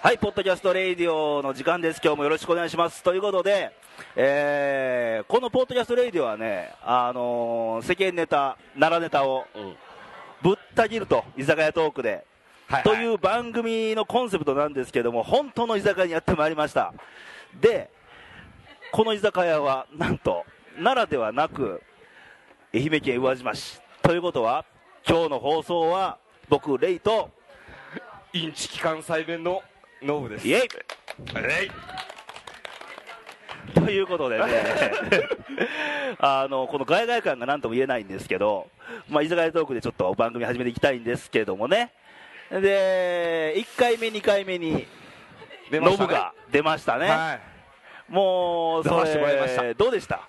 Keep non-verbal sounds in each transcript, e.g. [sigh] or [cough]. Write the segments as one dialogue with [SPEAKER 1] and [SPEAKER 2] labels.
[SPEAKER 1] はい、ポッドキャストレイディオの時間です。今日もよろしくお願いします。ということで、えーこのポッドキャストレイディオはね、あのー世間ネタ、奈良ネタを
[SPEAKER 2] うん
[SPEAKER 1] ぶった切ると、居酒屋トークで。
[SPEAKER 2] はいはい
[SPEAKER 1] という番組のコンセプトなんですけども、本当の居酒屋にやってまいりました。で、この居酒屋は、なんと、奈良ではなく、愛媛県宇和島市。ということは、今日の放送は、僕、レイと、
[SPEAKER 2] インチ期間再弁のノブです
[SPEAKER 1] イエイ
[SPEAKER 2] え
[SPEAKER 1] [laughs]
[SPEAKER 2] い
[SPEAKER 1] ということでね、あのこの外外感が何とも言えないんですけど、まあ、居酒屋トークでちょっと番組始めていきたいんですけどもね、で1回目、2回目に
[SPEAKER 2] 出ま
[SPEAKER 1] ノ
[SPEAKER 2] した
[SPEAKER 1] ブ
[SPEAKER 2] ね
[SPEAKER 1] が出ましたね、
[SPEAKER 2] は
[SPEAKER 1] もうそ
[SPEAKER 2] 出してもらいました
[SPEAKER 1] れ、どうでした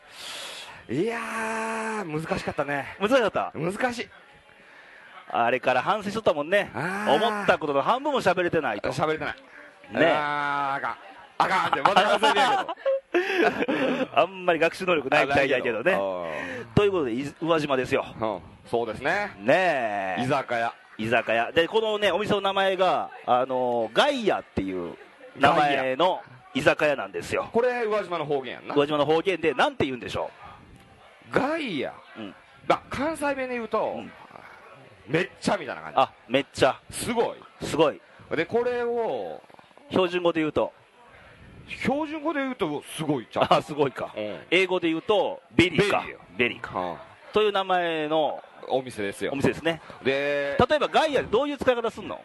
[SPEAKER 2] いいやー難しかったね
[SPEAKER 1] 難しかった、
[SPEAKER 2] 難しい
[SPEAKER 1] あれから反省しとったもんね、
[SPEAKER 2] あー
[SPEAKER 1] 思ったことの半分も喋れてないと。
[SPEAKER 2] 喋れてない
[SPEAKER 1] ね
[SPEAKER 2] あーあかんあかんってまだ忘れてるけ
[SPEAKER 1] [laughs]
[SPEAKER 2] ど
[SPEAKER 1] あんまり学習能力ないみたいやけどね。ということで、い宇和島ですよ。
[SPEAKER 2] うんうんそうですね
[SPEAKER 1] ねえ。
[SPEAKER 2] 居酒屋
[SPEAKER 1] 居酒屋でこのねお店の名前があのガイアっていう名前の居酒屋なんですよ
[SPEAKER 2] これ宇和島の方言やんな
[SPEAKER 1] 宇和島の方言でなんて言うんでしょ
[SPEAKER 2] ガイア
[SPEAKER 1] う、うん、
[SPEAKER 2] だ関西弁で言うと、
[SPEAKER 1] うん
[SPEAKER 2] めっちゃみたいな感
[SPEAKER 1] あめっちゃ
[SPEAKER 2] じすごい
[SPEAKER 1] すごい
[SPEAKER 2] でこれを
[SPEAKER 1] 標準語で言うと
[SPEAKER 2] 標準語で言うとすごいちゃう
[SPEAKER 1] あすごいか
[SPEAKER 2] うん
[SPEAKER 1] 英語で言うとベリーか
[SPEAKER 2] ベリーよ
[SPEAKER 1] ベリーか
[SPEAKER 2] は
[SPEAKER 1] という名前の
[SPEAKER 2] あお店ですよ
[SPEAKER 1] お店ですね
[SPEAKER 2] で
[SPEAKER 1] 例えばガイアでどういう使い方すんの、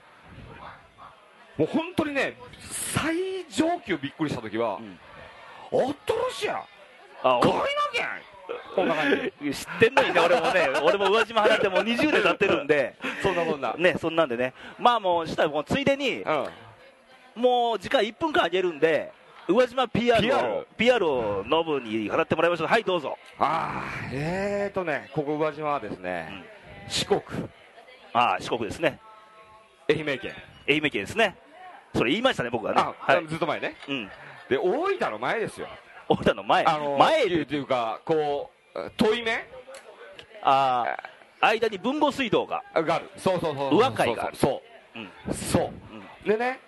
[SPEAKER 2] もう本当にね最上級びっくりした時は
[SPEAKER 1] うん
[SPEAKER 2] 「おっとろしや
[SPEAKER 1] あ
[SPEAKER 2] 買いなきゃん!」こんな感じ
[SPEAKER 1] お知ってんのにね俺もね俺も宇和島離れてもう20年経ってるんで
[SPEAKER 2] そんなそんなうん
[SPEAKER 1] ねそんなんでねまあもうしたらもうついでにもう時間1分間あげるんで、宇和島 PR を
[SPEAKER 2] PR、
[SPEAKER 1] PR をノブに払ってもらいましょう。はい、どうぞ。
[SPEAKER 2] ああえーとねここ宇和島はですね四国
[SPEAKER 1] ああ、四国ですね。
[SPEAKER 2] 愛媛県
[SPEAKER 1] 愛媛県ですね。それ言いましたね、僕はね。
[SPEAKER 2] あ
[SPEAKER 1] はい。
[SPEAKER 2] ずっと前ね
[SPEAKER 1] うん。
[SPEAKER 2] で大分の前ですよ
[SPEAKER 1] 大分の前。
[SPEAKER 2] あの
[SPEAKER 1] 前
[SPEAKER 2] っていうというかこう遠い目
[SPEAKER 1] ああ、間に文後水道が。
[SPEAKER 2] があるそうそうそうそう
[SPEAKER 1] 宇和海がある
[SPEAKER 2] そううんそうでね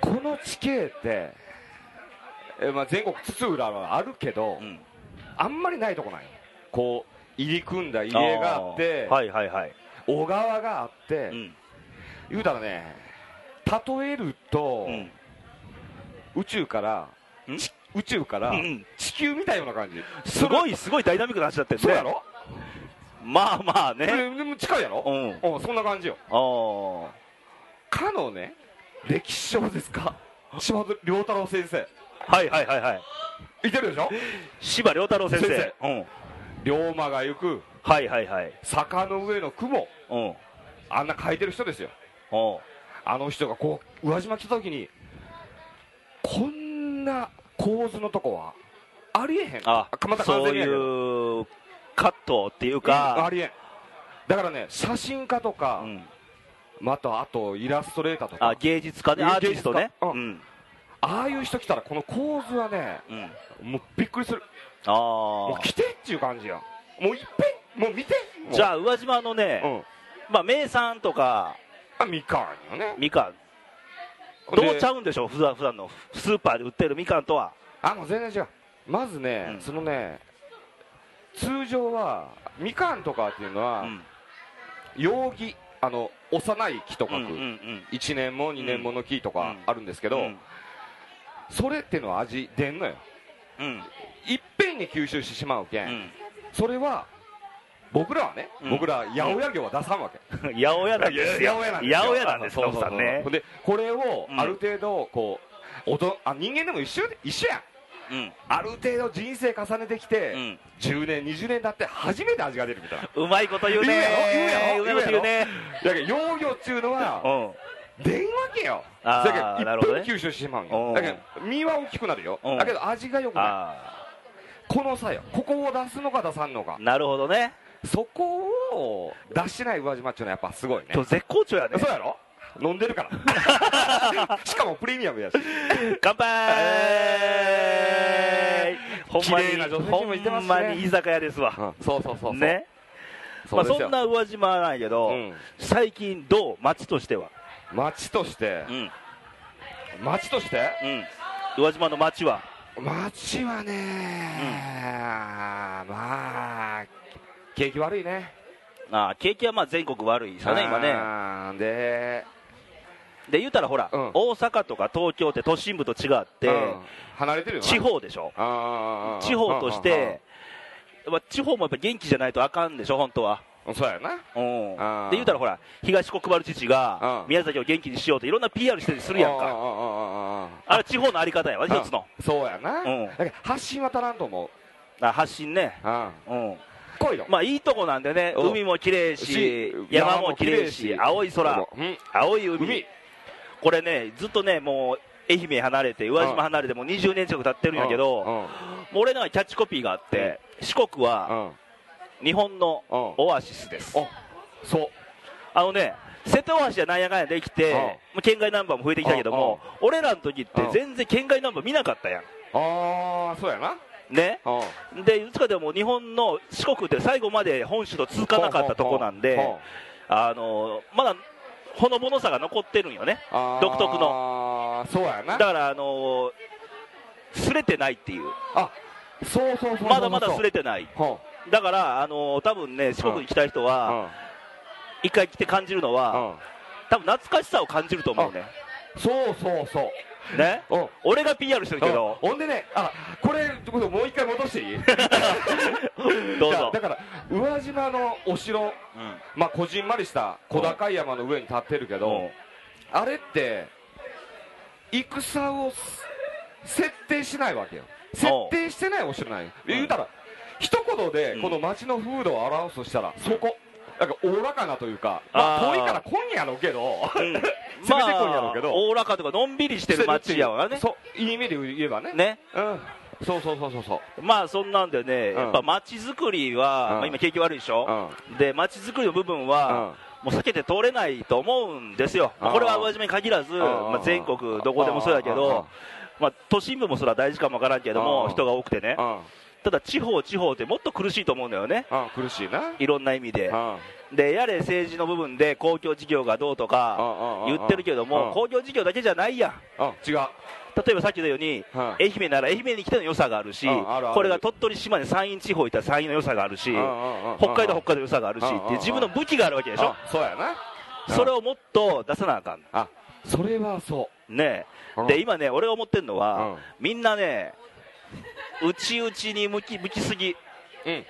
[SPEAKER 2] この地形ってえまあ全国津々浦々はあるけど
[SPEAKER 1] うん。
[SPEAKER 2] あんまりないとこないこう入り組んだ入り江があって
[SPEAKER 1] ーはいはいはい。
[SPEAKER 2] 小川があって、
[SPEAKER 1] うん。
[SPEAKER 2] 言うたらね例えると、
[SPEAKER 1] うん。
[SPEAKER 2] 宇宙から
[SPEAKER 1] ん
[SPEAKER 2] ち宇宙から、
[SPEAKER 1] うん
[SPEAKER 2] 地球みたいな感じ
[SPEAKER 1] すご
[SPEAKER 2] い
[SPEAKER 1] いすごいダイナミックな話だってんね
[SPEAKER 2] そうやろ
[SPEAKER 1] まあまあ
[SPEAKER 2] え
[SPEAKER 1] ね。
[SPEAKER 2] でも近いや
[SPEAKER 1] う
[SPEAKER 2] ろ、
[SPEAKER 1] ん。
[SPEAKER 2] うんそんな感じよ
[SPEAKER 1] あ
[SPEAKER 2] かのね歴史小で
[SPEAKER 1] [laughs]
[SPEAKER 2] すか島津良太郎先生
[SPEAKER 1] あ。はいはいはいはい。
[SPEAKER 2] いてるでしょ
[SPEAKER 1] 柴良太郎先生。
[SPEAKER 2] 先
[SPEAKER 1] うん。
[SPEAKER 2] 龍馬が行く
[SPEAKER 1] はいはいはい。
[SPEAKER 2] 坂の上の雲
[SPEAKER 1] うん。うん。
[SPEAKER 2] あんな書いてる人ですよあの人がこう宇和島来た時にこんな構図のとこはありえへん
[SPEAKER 1] あ
[SPEAKER 2] また完
[SPEAKER 1] そう
[SPEAKER 2] 全にやけど
[SPEAKER 1] いうカットっていう
[SPEAKER 2] うんあ
[SPEAKER 1] か、
[SPEAKER 2] りえんだからね写真家とか、
[SPEAKER 1] うん
[SPEAKER 2] またあとイラストレーターとか
[SPEAKER 1] あ芸術家ね
[SPEAKER 2] うん
[SPEAKER 1] アーティストね
[SPEAKER 2] 芸術家う
[SPEAKER 1] うん
[SPEAKER 2] ああいう人来たらこの構図はね
[SPEAKER 1] うん
[SPEAKER 2] もうびっくりするも
[SPEAKER 1] あ
[SPEAKER 2] う来てっていう感じやもういっぺんもう見て
[SPEAKER 1] あじ
[SPEAKER 2] あ
[SPEAKER 1] ゃあ宇和島の
[SPEAKER 2] う
[SPEAKER 1] ね
[SPEAKER 2] ん
[SPEAKER 1] まあ名産とか
[SPEAKER 2] あみかんよね
[SPEAKER 1] みかんどうちゃ
[SPEAKER 2] う
[SPEAKER 1] うんでしょう普段普段のスーパーで売ってるみかんとは
[SPEAKER 2] あもう全然違うまずね、
[SPEAKER 1] うん
[SPEAKER 2] そのね通常はみかんとかっていうのは、
[SPEAKER 1] うん
[SPEAKER 2] 陽木あの幼い木と書く、
[SPEAKER 1] うんうんうん
[SPEAKER 2] 1年も2年もの木とかあるんですけど、
[SPEAKER 1] うん
[SPEAKER 2] それっていうのは味出んのよ
[SPEAKER 1] うん
[SPEAKER 2] いっぺんに吸収してしまうけん、それは僕らはね、
[SPEAKER 1] うん
[SPEAKER 2] 僕らは八百屋業は出さんわけ
[SPEAKER 1] うん八百屋なんですよ
[SPEAKER 2] 八百屋なんですよ
[SPEAKER 1] 八百屋なんです
[SPEAKER 2] そうそうそ
[SPEAKER 1] ノブ
[SPEAKER 2] う
[SPEAKER 1] さんね
[SPEAKER 2] ほでこれを
[SPEAKER 1] うん
[SPEAKER 2] ある程度こう、おとあ人間でも一緒で一緒やん
[SPEAKER 1] うん
[SPEAKER 2] ある程度人生重ねてきて、
[SPEAKER 1] うん
[SPEAKER 2] 10年20年経って初めて味が出るみたいな
[SPEAKER 1] うまいこと言うね
[SPEAKER 2] 言う
[SPEAKER 1] うま
[SPEAKER 2] やろ
[SPEAKER 1] いこと言うね
[SPEAKER 2] だけど養魚っていうのは
[SPEAKER 1] うん
[SPEAKER 2] 出んわけよ
[SPEAKER 1] あー
[SPEAKER 2] だけ
[SPEAKER 1] な
[SPEAKER 2] ど
[SPEAKER 1] るほどね
[SPEAKER 2] いっぺんに吸収してしまうん
[SPEAKER 1] お
[SPEAKER 2] よ
[SPEAKER 1] う
[SPEAKER 2] だけど身は大きくなるよ
[SPEAKER 1] うん
[SPEAKER 2] だけど味が良くない
[SPEAKER 1] あ
[SPEAKER 2] このさよここを出すのか出さんのか
[SPEAKER 1] あなるほどね
[SPEAKER 2] そこを出してない宇和島っていうのはやっぱすごいね
[SPEAKER 1] 今日絶好調やね
[SPEAKER 2] そうやろ飲んで
[SPEAKER 1] [laughs]
[SPEAKER 2] るからしかもプレミアムやし
[SPEAKER 1] 乾杯
[SPEAKER 2] え
[SPEAKER 1] ほんま
[SPEAKER 2] 綺麗な女性
[SPEAKER 1] に、
[SPEAKER 2] 陣もいて
[SPEAKER 1] ほ
[SPEAKER 2] ま
[SPEAKER 1] ん
[SPEAKER 2] すね
[SPEAKER 1] まに居酒屋ですわ。
[SPEAKER 2] そうそうそうそう
[SPEAKER 1] ね。
[SPEAKER 2] そ
[SPEAKER 1] ま
[SPEAKER 2] う
[SPEAKER 1] あ
[SPEAKER 2] ですよ
[SPEAKER 1] そんな宇和島なんやけど
[SPEAKER 2] う、ん
[SPEAKER 1] 最近どう街としては。
[SPEAKER 2] 街として
[SPEAKER 1] うん。
[SPEAKER 2] 町として
[SPEAKER 1] うん、宇和島の町は、
[SPEAKER 2] 町はね、まあ景気悪いね
[SPEAKER 1] ああ景気はまあ全国悪いですよね、今ね。
[SPEAKER 2] ねで、
[SPEAKER 1] で、言うたらほら、
[SPEAKER 2] うん
[SPEAKER 1] 大阪とか東京って都心部と違って、
[SPEAKER 2] うん離れてるよな
[SPEAKER 1] 地方でしょ、
[SPEAKER 2] あー
[SPEAKER 1] 地方として、まあ地方もやっぱ元気じゃないとあかんでしょ、本当は。
[SPEAKER 2] うんそうやな
[SPEAKER 1] うん、
[SPEAKER 2] あー
[SPEAKER 1] で言うたらほら東国原知事が
[SPEAKER 2] うん
[SPEAKER 1] 宮崎を元気にしようといろんな PR してたりするやん
[SPEAKER 2] あーあ
[SPEAKER 1] か
[SPEAKER 2] ーあーあー
[SPEAKER 1] あれ地方のあり方やわ一つの
[SPEAKER 2] そうやな、
[SPEAKER 1] うん
[SPEAKER 2] だけど発信は足らんと思う、
[SPEAKER 1] あ発信ね
[SPEAKER 2] うん、
[SPEAKER 1] うん
[SPEAKER 2] 来いよ、
[SPEAKER 1] まあいいとこなんでね
[SPEAKER 2] うん
[SPEAKER 1] 海も綺麗し山も綺麗し青い空、
[SPEAKER 2] うん
[SPEAKER 1] 青い海
[SPEAKER 2] 海
[SPEAKER 1] これねずっとねもう愛媛離れて宇和島離れてもう20年近く経ってるんやけどもう俺のはキャッチコピーがあって四国
[SPEAKER 2] うん
[SPEAKER 1] は
[SPEAKER 2] うんうん
[SPEAKER 1] 日本の
[SPEAKER 2] うん
[SPEAKER 1] オアシスです
[SPEAKER 2] おそう
[SPEAKER 1] あのね、瀬戸大橋じゃなんやかんやできて、
[SPEAKER 2] うん
[SPEAKER 1] もう県外ナンバーも増えてきたけども、俺らの時って
[SPEAKER 2] うん
[SPEAKER 1] 全然県外ナンバー見なかったや。
[SPEAKER 2] ああそうやなん
[SPEAKER 1] ね。
[SPEAKER 2] うん
[SPEAKER 1] で、いつかでも日本の四国って最後まで本州と続かなかったとこなん
[SPEAKER 2] うん
[SPEAKER 1] で、あの、まだほのぼのさが残ってるんよね。
[SPEAKER 2] あー
[SPEAKER 1] 独特
[SPEAKER 2] そうやな
[SPEAKER 1] だから、あの、すれてないっていう。
[SPEAKER 2] あそうそうそうそう
[SPEAKER 1] まだまだすれてない。
[SPEAKER 2] ほ
[SPEAKER 1] だから、あの、多分ね、四国に来た人
[SPEAKER 2] うう
[SPEAKER 1] は、
[SPEAKER 2] ん
[SPEAKER 1] 一回来て感じるのは、
[SPEAKER 2] うん
[SPEAKER 1] 多分懐かしさを感じると思うね。
[SPEAKER 2] そうそうそう
[SPEAKER 1] ね。
[SPEAKER 2] うん
[SPEAKER 1] 俺が PR してるけど、
[SPEAKER 2] ほんでねあこれちょっともう一回戻していい
[SPEAKER 1] [laughs] どうぞ
[SPEAKER 2] だから宇和島のお城
[SPEAKER 1] うん
[SPEAKER 2] まあこじんまりした小高い山の上に立ってるけどあれって戦をす設定しないわけよ設定してないお城なんよ言うたら一言でこの町の風土を表すとしたらそこなんかおおらかなというかまあ
[SPEAKER 1] あー
[SPEAKER 2] 遠いから今夜やろうけど [laughs] 攻めてこ
[SPEAKER 1] ま
[SPEAKER 2] い
[SPEAKER 1] あ
[SPEAKER 2] やろうけど
[SPEAKER 1] おおらかとかのんびり [laughs] してる街やわね
[SPEAKER 2] そういい意味で言えばね
[SPEAKER 1] ね
[SPEAKER 2] うんそうそうそうそうそう
[SPEAKER 1] まあそんなんでね、
[SPEAKER 2] ん
[SPEAKER 1] やっぱ街づくりは、
[SPEAKER 2] うん
[SPEAKER 1] まあ、今景気悪いでしょ、で街づくりの部分は、もう避けて通れないと思うんですよ、まあ
[SPEAKER 2] あー
[SPEAKER 1] これは宇和島に限らず、まあ、全国どこでもそうやけど、まあ、都心部もそれは大事かもわからんけど
[SPEAKER 2] う
[SPEAKER 1] も
[SPEAKER 2] ん
[SPEAKER 1] 人が多くてね
[SPEAKER 2] うんうん
[SPEAKER 1] ただ地方地方ってもっと苦しいと思うんだよね
[SPEAKER 2] うん苦しいなうん
[SPEAKER 1] いろんな意味で
[SPEAKER 2] うん
[SPEAKER 1] でやれ政治の部分で公共事業がどうとか
[SPEAKER 2] うんうん
[SPEAKER 1] 言ってるけど
[SPEAKER 2] う
[SPEAKER 1] も
[SPEAKER 2] ん
[SPEAKER 1] 公共事業だけじゃないやん
[SPEAKER 2] うん違う
[SPEAKER 1] 例えばさっき言ったように
[SPEAKER 2] うん
[SPEAKER 1] 愛媛なら愛媛に来ての良さがあるし、
[SPEAKER 2] うんあるある
[SPEAKER 1] これが鳥取、島根、山陰地方行ったら山陰の良さがあるし、北海道、北海道の良さがあるし
[SPEAKER 2] うんうん
[SPEAKER 1] っていう、自分の武器があるわけでしょ、
[SPEAKER 2] あそうやなうん
[SPEAKER 1] それをもっと出さなあかん、
[SPEAKER 2] それはそ
[SPEAKER 1] ね
[SPEAKER 2] う
[SPEAKER 1] え、で今ね、俺が思ってるの
[SPEAKER 2] う
[SPEAKER 1] は、
[SPEAKER 2] ん
[SPEAKER 1] みんなね、内々に向き向きすぎ、
[SPEAKER 2] うん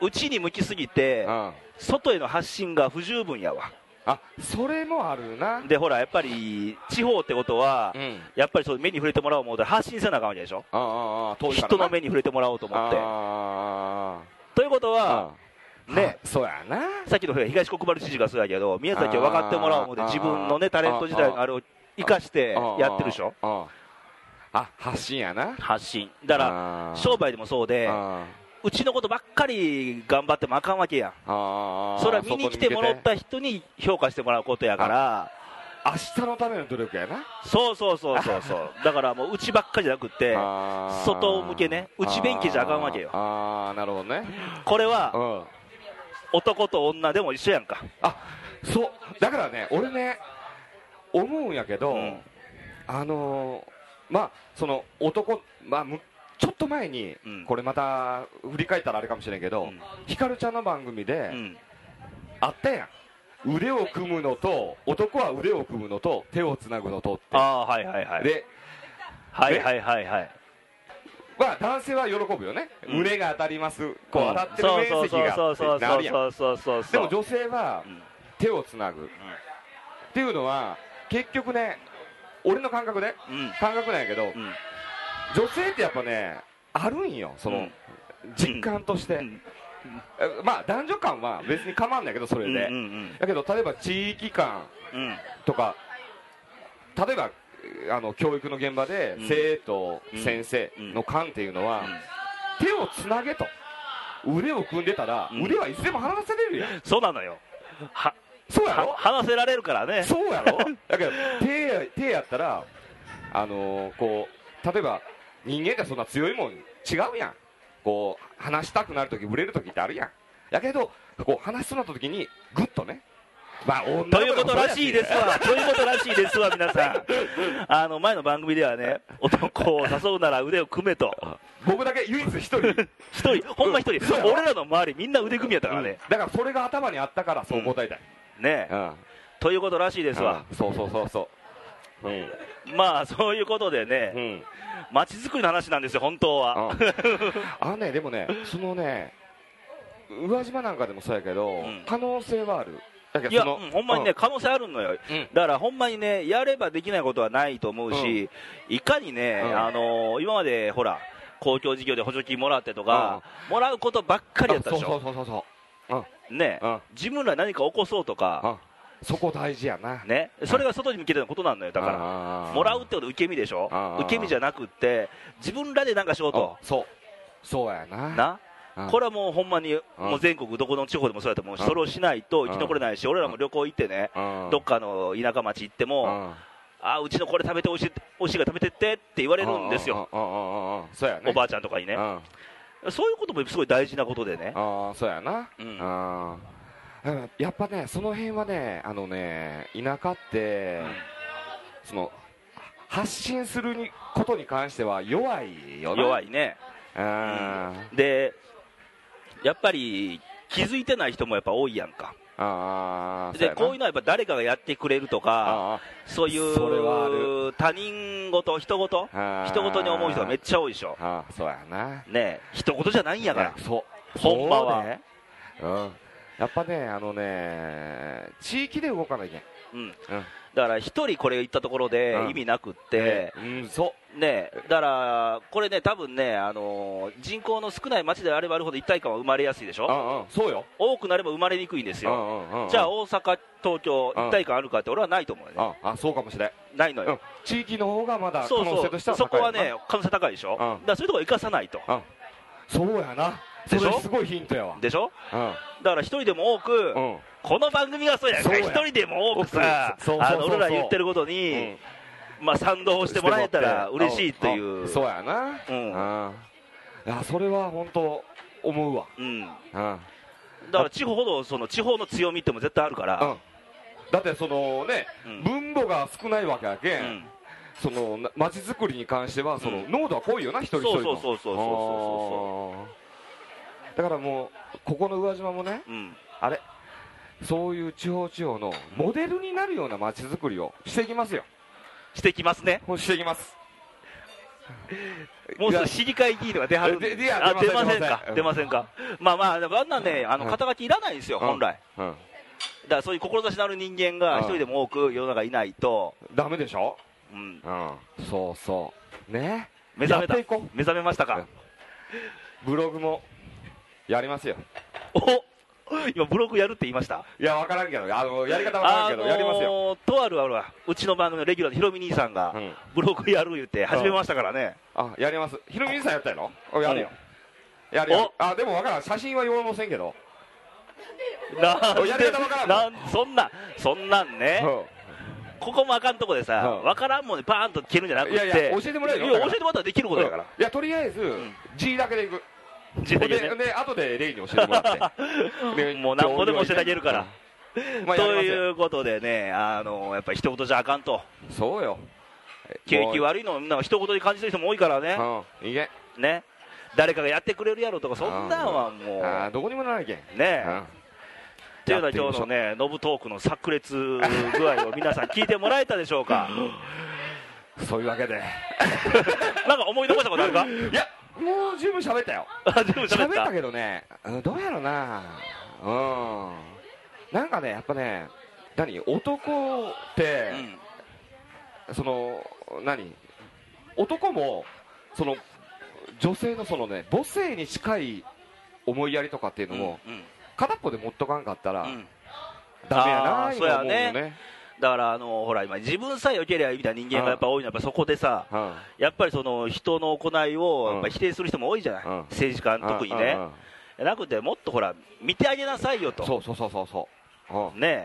[SPEAKER 1] 内に向きすぎて、
[SPEAKER 2] うん
[SPEAKER 1] 外への発信が不十分やわ、
[SPEAKER 2] あそれもあるな
[SPEAKER 1] でほら、やっぱり地方ってことは、
[SPEAKER 2] うん
[SPEAKER 1] やっぱりそう目に触れてもらおう思うて、発信せなあかんわけでしょ、
[SPEAKER 2] あああ遠いからな
[SPEAKER 1] 人の目に触れてもらおうと思って。
[SPEAKER 2] あ
[SPEAKER 1] ということ
[SPEAKER 2] あ
[SPEAKER 1] は、
[SPEAKER 2] うん
[SPEAKER 1] ね
[SPEAKER 2] あそうやな
[SPEAKER 1] さっきの東国原知事がそうやけど、宮崎を分かってもらおう思って、
[SPEAKER 2] あー
[SPEAKER 1] 自分のね、タレント時代のあれを生かしてやってるでしょ、
[SPEAKER 2] うんうんうんあ発信やな
[SPEAKER 1] 発信。だから、
[SPEAKER 2] ら
[SPEAKER 1] 商売でもそうで、
[SPEAKER 2] あ
[SPEAKER 1] うちのことばっかり頑張ってもあかんわけやん。
[SPEAKER 2] あ
[SPEAKER 1] それは見に来てもらった人に評価してもらうことやから、
[SPEAKER 2] 明日のための努力やな
[SPEAKER 1] そうそうそうそうそう。
[SPEAKER 2] [laughs]
[SPEAKER 1] だからもう、うちばっかりじゃなくって、
[SPEAKER 2] あー
[SPEAKER 1] 外向けね内弁慶じゃあかんわけよ
[SPEAKER 2] あーあーなるほどね
[SPEAKER 1] これ
[SPEAKER 2] う
[SPEAKER 1] は
[SPEAKER 2] ん
[SPEAKER 1] 男と女でも一緒やんか。
[SPEAKER 2] あそうだからね俺ね思うんやけど、
[SPEAKER 1] うん
[SPEAKER 2] あのーまあその男まあむちょっと前に、
[SPEAKER 1] うん
[SPEAKER 2] これまた振り返ったらあれかもしれんけど、
[SPEAKER 1] うん
[SPEAKER 2] ひかるちゃんの番組
[SPEAKER 1] う
[SPEAKER 2] で、
[SPEAKER 1] ん。
[SPEAKER 2] あったやん腕を組むのと男は腕を組むのと手をつなぐのとって
[SPEAKER 1] ああ、はいはいはい。
[SPEAKER 2] で
[SPEAKER 1] はいはいはいはい。
[SPEAKER 2] まあ男性は喜ぶよね、
[SPEAKER 1] うん
[SPEAKER 2] 胸が当たりますこう
[SPEAKER 1] そ
[SPEAKER 2] 当
[SPEAKER 1] う
[SPEAKER 2] たってる面積が
[SPEAKER 1] そう
[SPEAKER 2] っ
[SPEAKER 1] そう
[SPEAKER 2] てな
[SPEAKER 1] そ
[SPEAKER 2] る
[SPEAKER 1] う
[SPEAKER 2] やん
[SPEAKER 1] そうそうそうそう。
[SPEAKER 2] でも女性は
[SPEAKER 1] うん
[SPEAKER 2] 手をつなぐ、っていうのは結局ね俺の感覚ね
[SPEAKER 1] うん
[SPEAKER 2] 感覚なんやけど、
[SPEAKER 1] うん
[SPEAKER 2] 女性ってやっぱねあるんよその、実感として、
[SPEAKER 1] うん
[SPEAKER 2] えまあ男女間は別に構わんないけどそれで、
[SPEAKER 1] うんうん
[SPEAKER 2] だけど例えば地域間
[SPEAKER 1] うんうん
[SPEAKER 2] とか例えばえーあの教育の現場で
[SPEAKER 1] うん
[SPEAKER 2] 生徒、先生の間っていうのは、手をつなげと腕を組んでたら、
[SPEAKER 1] うん
[SPEAKER 2] 腕はいつでも離せれるやん
[SPEAKER 1] そうなのよは
[SPEAKER 2] そうや
[SPEAKER 1] は
[SPEAKER 2] ろ
[SPEAKER 1] 話せられるからね
[SPEAKER 2] そうやろだけど手や手やったらあのーこう例えば人間ってそんな強いもん違うやんこう [laughs] 話したくなるときぶれるときってあるやんやけどこう話しそうになったときにグッとねまあ、女の子
[SPEAKER 1] ということらしいですわ、 [laughs] ということらしいですわ、皆さ
[SPEAKER 2] [laughs]
[SPEAKER 1] ん。あの、前の番組ではね、男を誘うなら腕を組めと。
[SPEAKER 2] 僕だけ唯一一人、うん
[SPEAKER 1] 一人、ほんま一人
[SPEAKER 2] そう、やろ
[SPEAKER 1] 俺らの周りみんな腕組みやったからね。
[SPEAKER 2] だからそれが頭にあったからそう答えたい、
[SPEAKER 1] ね
[SPEAKER 2] う
[SPEAKER 1] え
[SPEAKER 2] んうん
[SPEAKER 1] ということらしいですわ。
[SPEAKER 2] そうそうそうそう、うん
[SPEAKER 1] まあ、そういうことで
[SPEAKER 2] う
[SPEAKER 1] ね、
[SPEAKER 2] ん、
[SPEAKER 1] 街づくりの話なんですよ、本当は。
[SPEAKER 2] あのね、でもね、そのね、宇和島なんかでもそうやけど、
[SPEAKER 1] ん
[SPEAKER 2] 可能性はある。だけど
[SPEAKER 1] いや、
[SPEAKER 2] その
[SPEAKER 1] うんほんまにね、、可能性あるのよ。
[SPEAKER 2] うん
[SPEAKER 1] だからほんまにね、やればできないことはないと思うし、いかにね、
[SPEAKER 2] うん
[SPEAKER 1] あのー今までほら、公共事業で補助金もらってとか、もらうことばっかりやったでし
[SPEAKER 2] あそう
[SPEAKER 1] ょ、
[SPEAKER 2] そうそうそう
[SPEAKER 1] ね、
[SPEAKER 2] そう、うん、
[SPEAKER 1] 自分ら何か起こそうとか、
[SPEAKER 2] あそこ大事やな。
[SPEAKER 1] ね、それが外に向けてのことなのよ、だから、
[SPEAKER 2] ら
[SPEAKER 1] もらうってことは受け身でしょ
[SPEAKER 2] うん、
[SPEAKER 1] 受け身じゃなくって、自分らでなんかしようと
[SPEAKER 2] と、。そう、そうやな。
[SPEAKER 1] な
[SPEAKER 2] うん
[SPEAKER 1] これはもうほんまにもう全国どこの地方でもそうやと思うし
[SPEAKER 2] うん
[SPEAKER 1] それをしないと生き残れないし俺らも旅行行ってね
[SPEAKER 2] うん
[SPEAKER 1] どっかの田舎町行っても
[SPEAKER 2] うん
[SPEAKER 1] あうちのこれ食べておいしいおいしいから食べてってって言われるんですよ、
[SPEAKER 2] うんうんうんうんうんそうやね。
[SPEAKER 1] おばあちゃんとかにね
[SPEAKER 2] う、ん
[SPEAKER 1] そういうこともすごい大事なことでね、
[SPEAKER 2] ああそうやな、
[SPEAKER 1] う
[SPEAKER 2] うんん、あーやっぱねその辺はねあのね田舎って、その発信するにことに関しては弱いよな
[SPEAKER 1] 弱
[SPEAKER 2] い
[SPEAKER 1] いね、
[SPEAKER 2] あ
[SPEAKER 1] でやっぱり気づいてない人もやっぱ多いやんか、
[SPEAKER 2] あーそう
[SPEAKER 1] で
[SPEAKER 2] やな
[SPEAKER 1] こういうのはやっぱ誰かがやってくれるとか、
[SPEAKER 2] あ
[SPEAKER 1] そうい
[SPEAKER 2] それはあ
[SPEAKER 1] う
[SPEAKER 2] る
[SPEAKER 1] 他人事、人事、
[SPEAKER 2] あ
[SPEAKER 1] 人事に思う人がめっ
[SPEAKER 2] ち
[SPEAKER 1] ちゃ多いでしょ、
[SPEAKER 2] ゃあーそうやな
[SPEAKER 1] ねえ、人事じゃないんやから
[SPEAKER 2] い、そう
[SPEAKER 1] ほんまは
[SPEAKER 2] そうねうんやっぱねあのね地域で動かなきゃいけない
[SPEAKER 1] うん、だから一人これ言ったところで
[SPEAKER 2] うん
[SPEAKER 1] 意味なくって。
[SPEAKER 2] うんそ
[SPEAKER 1] ねえだから、これね、多分ね、あのー人口の少ない町であればあるほど一体感は生まれやすいでし
[SPEAKER 2] うう
[SPEAKER 1] ょ、
[SPEAKER 2] んうんそうよ
[SPEAKER 1] 多くなれば生まれにくいんです
[SPEAKER 2] うん
[SPEAKER 1] よ、
[SPEAKER 2] うんうん
[SPEAKER 1] じゃあ大阪、東京、
[SPEAKER 2] うん
[SPEAKER 1] 一体感あるかって、俺はないと思うよね、
[SPEAKER 2] ああそうかもしれん
[SPEAKER 1] ないの
[SPEAKER 2] うん
[SPEAKER 1] よ、
[SPEAKER 2] 地域の方がまだ可
[SPEAKER 1] そう
[SPEAKER 2] 能性として
[SPEAKER 1] そう、
[SPEAKER 2] は
[SPEAKER 1] そ
[SPEAKER 2] 高
[SPEAKER 1] こ
[SPEAKER 2] いよ
[SPEAKER 1] は
[SPEAKER 2] な
[SPEAKER 1] ね、可能性高いでしょ、
[SPEAKER 2] う
[SPEAKER 1] だ
[SPEAKER 2] ん
[SPEAKER 1] からそういうところ生かさないと、
[SPEAKER 2] そうやな
[SPEAKER 1] でしょ
[SPEAKER 2] それすごいヒントやわ
[SPEAKER 1] でしょ、
[SPEAKER 2] う
[SPEAKER 1] だから一人でも多く、
[SPEAKER 2] んうん
[SPEAKER 1] この番組がそうやんか、
[SPEAKER 2] そう
[SPEAKER 1] 一
[SPEAKER 2] や
[SPEAKER 1] 人でも多くさ、
[SPEAKER 2] そうそう
[SPEAKER 1] あ
[SPEAKER 2] そう
[SPEAKER 1] の
[SPEAKER 2] そう
[SPEAKER 1] 俺ら言ってること
[SPEAKER 2] う
[SPEAKER 1] に
[SPEAKER 2] ん、
[SPEAKER 1] まあ、賛同してもらえたら嬉しいとい
[SPEAKER 2] ん
[SPEAKER 1] う。
[SPEAKER 2] そうやな
[SPEAKER 1] うん
[SPEAKER 2] うんいやそれは本当思うわ
[SPEAKER 1] うん
[SPEAKER 2] うん
[SPEAKER 1] だから地方ほどその地方の強みっても絶対あるから、
[SPEAKER 2] うんだってそのね
[SPEAKER 1] うん
[SPEAKER 2] 分母が少ないわけやけ
[SPEAKER 1] うんん
[SPEAKER 2] そのな街づくりに関してはそうの
[SPEAKER 1] ん
[SPEAKER 2] 濃度は濃いよな一人一人の
[SPEAKER 1] そうそうそうそうそうそう
[SPEAKER 2] あーだからもうここの宇和島もね
[SPEAKER 1] うん、
[SPEAKER 2] あれそういう地方地方のモデルになるような街づくりをしていきますよ
[SPEAKER 1] してきますね、
[SPEAKER 2] もうしていきます
[SPEAKER 1] もうすぐ市議会議員とか出はるん
[SPEAKER 2] いやでいや
[SPEAKER 1] あ
[SPEAKER 2] 出
[SPEAKER 1] 出
[SPEAKER 2] ま
[SPEAKER 1] ま
[SPEAKER 2] せ
[SPEAKER 1] せ
[SPEAKER 2] ん
[SPEAKER 1] んか、
[SPEAKER 2] 出
[SPEAKER 1] 出
[SPEAKER 2] ま
[SPEAKER 1] ませんか、まあまあ、でもあんなんね、あの
[SPEAKER 2] うん
[SPEAKER 1] 肩書きいらないんですよ、
[SPEAKER 2] うん
[SPEAKER 1] 本来、
[SPEAKER 2] うん
[SPEAKER 1] だからそういう志のある人間が
[SPEAKER 2] うん
[SPEAKER 1] 一人でも多く世の中いないと、
[SPEAKER 2] ダメでしょ
[SPEAKER 1] うん、
[SPEAKER 2] うんそうそうね
[SPEAKER 1] 目覚めた
[SPEAKER 2] やっていこ
[SPEAKER 1] 目覚めましたか、
[SPEAKER 2] ブログもやりますよ
[SPEAKER 1] お今、ブログやるって言いました、
[SPEAKER 2] いや分からんけどあのやり方分からんけど、やりますよ、
[SPEAKER 1] ーとあるあるわうちの番組のレギュラーのひろみ兄さんが、
[SPEAKER 2] うん、
[SPEAKER 1] ブログやる言って始めましたからね、
[SPEAKER 2] あやりますひろみんさんやったやろおやるよ、やるよあでも分からん写真は言わませんけど、
[SPEAKER 1] なん
[SPEAKER 2] おやり方わからんも
[SPEAKER 1] なんそんな、そんなんね。ここもあかんとこでさ、
[SPEAKER 2] うん
[SPEAKER 1] わからんもんで、バーンと蹴るんじゃなくて、
[SPEAKER 2] いやいや教えてもらえよ
[SPEAKER 1] いや教えてもらったらできることだから、
[SPEAKER 2] いやとりあえず、
[SPEAKER 1] ん
[SPEAKER 2] G だけでいく
[SPEAKER 1] 自分
[SPEAKER 2] で
[SPEAKER 1] で
[SPEAKER 2] で
[SPEAKER 1] ね
[SPEAKER 2] 後でレイに教えてもらっ
[SPEAKER 1] [laughs]
[SPEAKER 2] て
[SPEAKER 1] もう何個でも教えてあげるから。、
[SPEAKER 2] うんまあ、やり
[SPEAKER 1] と
[SPEAKER 2] ますよ
[SPEAKER 1] いうことでね、あのやっぱ一言じゃあかんと、
[SPEAKER 2] そうよ
[SPEAKER 1] 景気悪いの、なんか一言に感じてる人も多いからね、
[SPEAKER 2] もううんいけ
[SPEAKER 1] ね誰かがやってくれるやろとか、そんなんはも
[SPEAKER 2] あー
[SPEAKER 1] う。
[SPEAKER 2] どこにもならないけん
[SPEAKER 1] ね
[SPEAKER 2] うん
[SPEAKER 1] というのは今日のね、ノブトークの炸裂具合を皆さん聞いてもらえたでしょう
[SPEAKER 2] [laughs]
[SPEAKER 1] か、
[SPEAKER 2] そういうわけで
[SPEAKER 1] なんか思い残したことあるか、
[SPEAKER 2] いやもう十分喋ったよ
[SPEAKER 1] あ全部 [laughs] 喋
[SPEAKER 2] 喋
[SPEAKER 1] っ
[SPEAKER 2] ったたけどねうんどうやろなうんなんかねやっぱね何男って
[SPEAKER 1] う、ん
[SPEAKER 2] その何男もその女性のそのね母性に近い思いやりとかっていうのも、
[SPEAKER 1] うん
[SPEAKER 2] 片っぽで持っとかんかったら、
[SPEAKER 1] うん
[SPEAKER 2] ダメやな
[SPEAKER 1] あー
[SPEAKER 2] ー今思うよ
[SPEAKER 1] そうや
[SPEAKER 2] ね
[SPEAKER 1] ねだからあのほら今自分さえ良ければいいみたいな人間がやっぱ多いのはやっぱそこでさ
[SPEAKER 2] うん
[SPEAKER 1] やっぱりその人の行いをやっぱ否定する人も多いじゃない、
[SPEAKER 2] うん
[SPEAKER 1] 政治家特に
[SPEAKER 2] うんう
[SPEAKER 1] ね
[SPEAKER 2] んうん
[SPEAKER 1] なくてもっとほら見てあげなさいよと
[SPEAKER 2] そうそうそうそうそううん
[SPEAKER 1] ね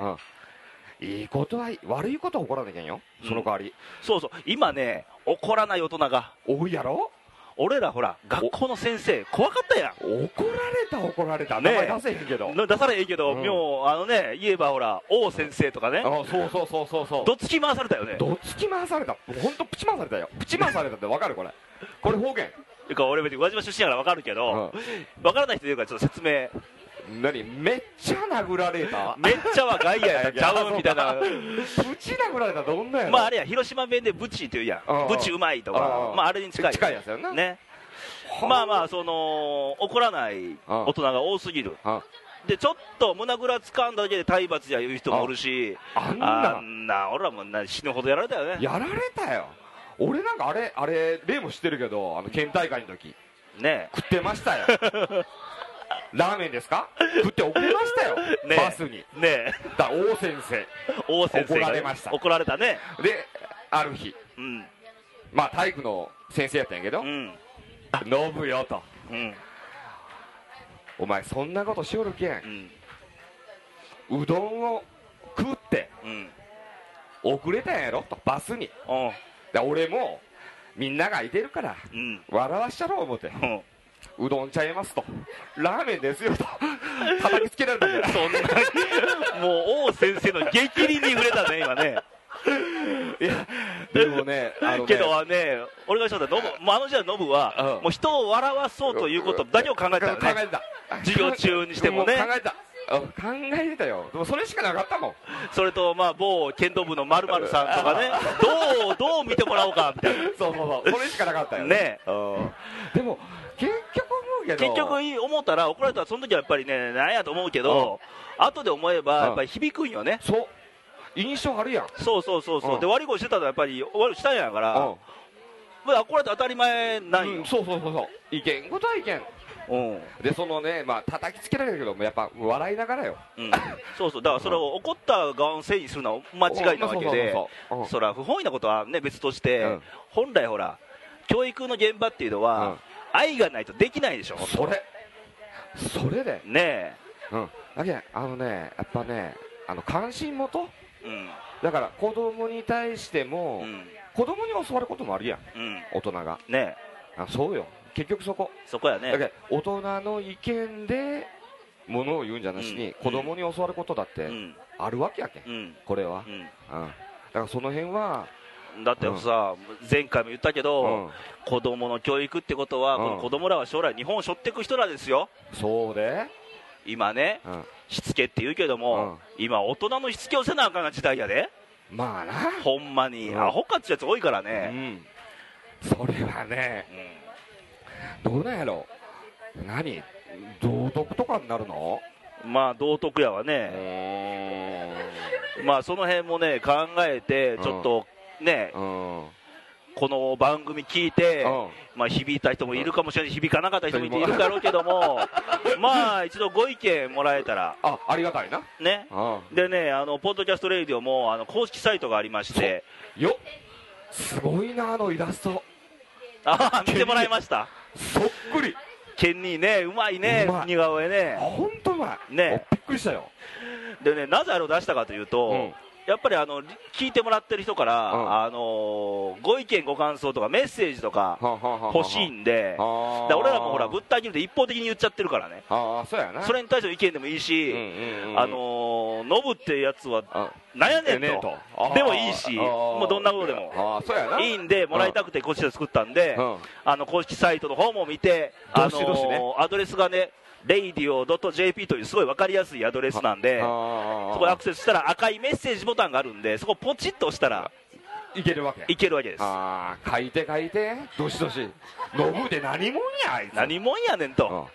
[SPEAKER 2] うんいいことはいい悪いことは起こらなきゃいけんよその代わり、
[SPEAKER 1] そうそう今ね怒らない大人が
[SPEAKER 2] 多いやろ
[SPEAKER 1] 俺らほら学校の先生怖かったや
[SPEAKER 2] 怒られた怒られた
[SPEAKER 1] ね
[SPEAKER 2] 名
[SPEAKER 1] え
[SPEAKER 2] 前出せへんけど、
[SPEAKER 1] ん出されへんけど、
[SPEAKER 2] うん
[SPEAKER 1] 妙あのね言えばほら王先生とかね
[SPEAKER 2] あそうそうそうそうそう
[SPEAKER 1] どっつき回されたよね
[SPEAKER 2] どっつき回された本当プチ回されたよプチ回されたってわかるこれこれ方言、
[SPEAKER 1] てか俺別に宇和島出身やから分かるけど、わ分からない人いるからちょっと説明
[SPEAKER 2] うん、何めっちゃ殴られた
[SPEAKER 1] めっちゃは外野やちゃうみたい
[SPEAKER 2] [laughs]
[SPEAKER 1] な
[SPEAKER 2] プチ殴られたどんなやろ
[SPEAKER 1] まああれや広島弁でブチって言うや
[SPEAKER 2] うんうん
[SPEAKER 1] んブチうまいと
[SPEAKER 2] うん
[SPEAKER 1] か
[SPEAKER 2] うん
[SPEAKER 1] まああれに近い
[SPEAKER 2] 近いやつやんな
[SPEAKER 1] ね
[SPEAKER 2] は
[SPEAKER 1] まあまあその怒らない大人が多すぎる
[SPEAKER 2] あ
[SPEAKER 1] でちょっと胸ぐら掴んだだけで体罰や言う人もおるし
[SPEAKER 2] あん
[SPEAKER 1] あ
[SPEAKER 2] なん
[SPEAKER 1] な俺らもな死ぬほどやられたよね
[SPEAKER 2] やられたよ俺なんかあれあれ例も知ってるけどあの県大会の時
[SPEAKER 1] ね
[SPEAKER 2] 食って
[SPEAKER 1] [laughs]
[SPEAKER 2] ましたよラーメンですか食って送りましたよ、
[SPEAKER 1] ねえ
[SPEAKER 2] バスに
[SPEAKER 1] えね
[SPEAKER 2] だ王先生
[SPEAKER 1] え王先生がね
[SPEAKER 2] 怒られました
[SPEAKER 1] 怒られたね
[SPEAKER 2] である日
[SPEAKER 1] うん
[SPEAKER 2] まあ体育の先生やったんやけど
[SPEAKER 1] うん
[SPEAKER 2] 「ノブよ」と
[SPEAKER 1] うん
[SPEAKER 2] 「お前そんなことしよるけん
[SPEAKER 1] うん
[SPEAKER 2] うどんを食って
[SPEAKER 1] うん
[SPEAKER 2] 遅れたんやろ」とバスに
[SPEAKER 1] おう
[SPEAKER 2] で俺もみんながいてるから
[SPEAKER 1] うん
[SPEAKER 2] 笑わしちゃろう思って
[SPEAKER 1] うん
[SPEAKER 2] 「うどんちゃいます」と「ラーメンですよ」と叩きつけられたんだよ
[SPEAKER 1] [laughs] そんなもう王先生の激鱗に触れたね今ね
[SPEAKER 2] いやでもねあのね
[SPEAKER 1] けどはね俺が言ったらノブもうあの時代のノブは
[SPEAKER 2] うん
[SPEAKER 1] もう人を笑わそうということだけを考えてたよ
[SPEAKER 2] 考
[SPEAKER 1] ね
[SPEAKER 2] えてた
[SPEAKER 1] [laughs] 授業中にしてもね
[SPEAKER 2] う考えたうん考えてたよでもそれしかなかったもん
[SPEAKER 1] それとまあ某剣道部のまるさんとかねどうどう見てもらおうかみたい
[SPEAKER 2] そうそうそうそれしかなかった
[SPEAKER 1] な
[SPEAKER 2] よ
[SPEAKER 1] ね
[SPEAKER 2] うんでも結局思うけど
[SPEAKER 1] 結局思ったら怒られたらその時はやっぱりねなんやと思うけど後で思えばやっぱり響くんよね
[SPEAKER 2] そう印象あるやん
[SPEAKER 1] そうそうそうそううんで悪いことしてたらやっぱり悪いしたんやか
[SPEAKER 2] う
[SPEAKER 1] ら
[SPEAKER 2] ん
[SPEAKER 1] まあ怒られたら当たり前なん
[SPEAKER 2] う
[SPEAKER 1] よ
[SPEAKER 2] んそうそうそうそういけんことはいけん
[SPEAKER 1] うん
[SPEAKER 2] でそのねまあ叩きつけられるけどもやっぱ笑いながらよ
[SPEAKER 1] うんそうそうだからそれを怒った側のせいにするのは間違いなわけで
[SPEAKER 2] そうそうそうそう
[SPEAKER 1] そら不本意なことはね別として、
[SPEAKER 2] うん
[SPEAKER 1] 本来ほら教育の現場っていうのは、
[SPEAKER 2] うん
[SPEAKER 1] 愛がないとできないでしょ
[SPEAKER 2] うんそれそれで
[SPEAKER 1] ね
[SPEAKER 2] うんだけどあのねやっぱねあの関心元
[SPEAKER 1] えうん
[SPEAKER 2] だから子供に対しても、
[SPEAKER 1] うん
[SPEAKER 2] 子供に教わることもあるやん
[SPEAKER 1] うん
[SPEAKER 2] 大人が
[SPEAKER 1] ねえ
[SPEAKER 2] あそうよ結局そこ
[SPEAKER 1] そこやね
[SPEAKER 2] だから大人の意見でものを言うんじゃなしに、
[SPEAKER 1] うん
[SPEAKER 2] 子供に教わることだっ
[SPEAKER 1] う
[SPEAKER 2] て
[SPEAKER 1] ん
[SPEAKER 2] あるわけやけん、
[SPEAKER 1] うん
[SPEAKER 2] これは、うん、だからその辺は、
[SPEAKER 1] うんだってさ、前回も言ったけ
[SPEAKER 2] う
[SPEAKER 1] ど、
[SPEAKER 2] ん、
[SPEAKER 1] 子供の教育ってことは、
[SPEAKER 2] うん
[SPEAKER 1] この子供らは将来日本を背負っていく人らですよ
[SPEAKER 2] そうで、
[SPEAKER 1] 今ね
[SPEAKER 2] うん、
[SPEAKER 1] しつけって言うけども、今大人のしつけをせなあかんが時代やで
[SPEAKER 2] まあな、
[SPEAKER 1] ほんまに、
[SPEAKER 2] うん
[SPEAKER 1] アホかっちゅうやつ多いから
[SPEAKER 2] う
[SPEAKER 1] ね、
[SPEAKER 2] ん、それはね
[SPEAKER 1] うん
[SPEAKER 2] どうなんやろ何道徳とかになるの
[SPEAKER 1] まあ道徳やわ
[SPEAKER 2] う
[SPEAKER 1] ね、
[SPEAKER 2] ーん
[SPEAKER 1] まあその辺もね考えてちょっとね、
[SPEAKER 2] うん
[SPEAKER 1] この番組聞いて、
[SPEAKER 2] うん
[SPEAKER 1] まあ響いた人もいるかもしれない響かなかった人もいているだろうけどもまあ一度ご意見もらえたら
[SPEAKER 2] あありがたいな、
[SPEAKER 1] ね
[SPEAKER 2] うん、
[SPEAKER 1] でねあのポッドキャストレイディオもあの公式サイトがありまして
[SPEAKER 2] よっすごいなあのイラスト
[SPEAKER 1] あ見てもらいました
[SPEAKER 2] そっくり
[SPEAKER 1] ケンニーねうまいね
[SPEAKER 2] うまい
[SPEAKER 1] 似顔絵ね
[SPEAKER 2] 本当うまい
[SPEAKER 1] ね
[SPEAKER 2] おびっくりしたよ
[SPEAKER 1] でねなぜあれを出したかというと、
[SPEAKER 2] うん
[SPEAKER 1] やっぱりあの聞いてもらってる人から、
[SPEAKER 2] うん
[SPEAKER 1] あのご意見ご感想とかメッセージとか欲しいんで、
[SPEAKER 2] あ
[SPEAKER 1] だから俺らもほらぶった切るで一方的に言っちゃってるからね
[SPEAKER 2] ああそうやな
[SPEAKER 1] それに対しての意見でもいいし、あのーノブってやつは
[SPEAKER 2] あ
[SPEAKER 1] なんやねんと
[SPEAKER 2] あー
[SPEAKER 1] でもいいし
[SPEAKER 2] あー
[SPEAKER 1] もうどんなことでも
[SPEAKER 2] ああそうやない
[SPEAKER 1] いんでもらいたくてこっちで作ったんで、
[SPEAKER 2] うん
[SPEAKER 1] あの公式サイトの方も見て、あのー
[SPEAKER 2] どしどしね
[SPEAKER 1] アドレスがね radio.jp というすごい分かりやすいアドレスなんで
[SPEAKER 2] あー
[SPEAKER 1] そこにアクセスしたら赤いメッセージボタンがあるんでそこポチッと押したら
[SPEAKER 2] いけるわけ
[SPEAKER 1] いけるわけです
[SPEAKER 2] ああ書いて書いてどしどしノブで何もんやあいつ
[SPEAKER 1] 何もんやねんと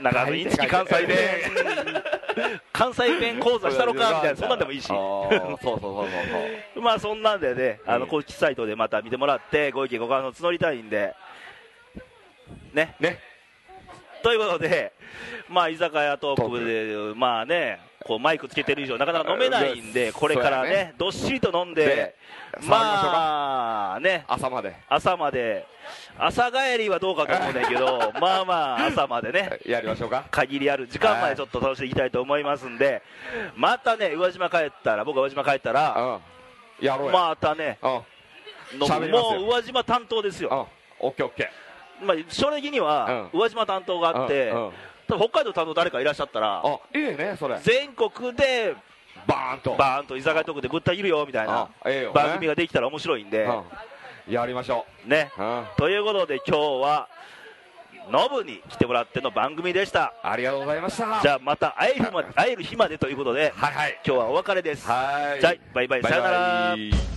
[SPEAKER 2] う
[SPEAKER 1] なんかあの
[SPEAKER 2] 書い
[SPEAKER 1] イ
[SPEAKER 2] て
[SPEAKER 1] ンチキ関西弁 [laughs] 関西弁講座したろかみたいなそんなんでもいいし
[SPEAKER 2] あーそうそうそうそう
[SPEAKER 1] まあそんなんでね、あの
[SPEAKER 2] うん
[SPEAKER 1] 公式サイトでまた見てもらって、ご意見、ご感想募りたいんで、ね。
[SPEAKER 2] ね
[SPEAKER 1] ということで、まあ、居酒屋トークで、まあね、こうマイクつけてる以上、なかなか飲めないん
[SPEAKER 2] う
[SPEAKER 1] で、
[SPEAKER 2] ん
[SPEAKER 1] これからね、
[SPEAKER 2] そうやね
[SPEAKER 1] どっしりと飲んで
[SPEAKER 2] で、まあ
[SPEAKER 1] まあね、
[SPEAKER 2] 朝まで
[SPEAKER 1] 朝まで、朝帰りはどうかと思うねんけ
[SPEAKER 2] [laughs]
[SPEAKER 1] ど、まあまあ、朝までね。
[SPEAKER 2] やりましょうか
[SPEAKER 1] 限りある時間までちょっと楽しんでいきたいと思いますんで、またね、宇和島帰ったら、僕が宇和島帰ったら、
[SPEAKER 2] うんやろうや
[SPEAKER 1] またね、
[SPEAKER 2] うん
[SPEAKER 1] の
[SPEAKER 2] 喋ります
[SPEAKER 1] も
[SPEAKER 2] よ
[SPEAKER 1] う宇和島担当ですよ、
[SPEAKER 2] うんオッケーオッケ
[SPEAKER 1] まあ、将来的には宇和島担当があって、
[SPEAKER 2] うんうん
[SPEAKER 1] 多分北海道担当誰かいらっしゃったら、
[SPEAKER 2] あいいねそれ
[SPEAKER 1] 全国で
[SPEAKER 2] バーンと
[SPEAKER 1] バーンと居酒屋トークでぶった切るよみたいな
[SPEAKER 2] あええよね
[SPEAKER 1] 番組ができたら面白いんで、
[SPEAKER 2] うんやりましょ
[SPEAKER 1] ね。
[SPEAKER 2] う、うん
[SPEAKER 1] ということで今日は、ノブに来てもらっての番組でした。
[SPEAKER 2] ありがとうございました
[SPEAKER 1] じゃあまた会えるまで会える日までということで、
[SPEAKER 2] はいはい
[SPEAKER 1] 今日はお別れです。
[SPEAKER 2] はい
[SPEAKER 1] じゃあ、バイバイ、さよなら。
[SPEAKER 2] バイバイ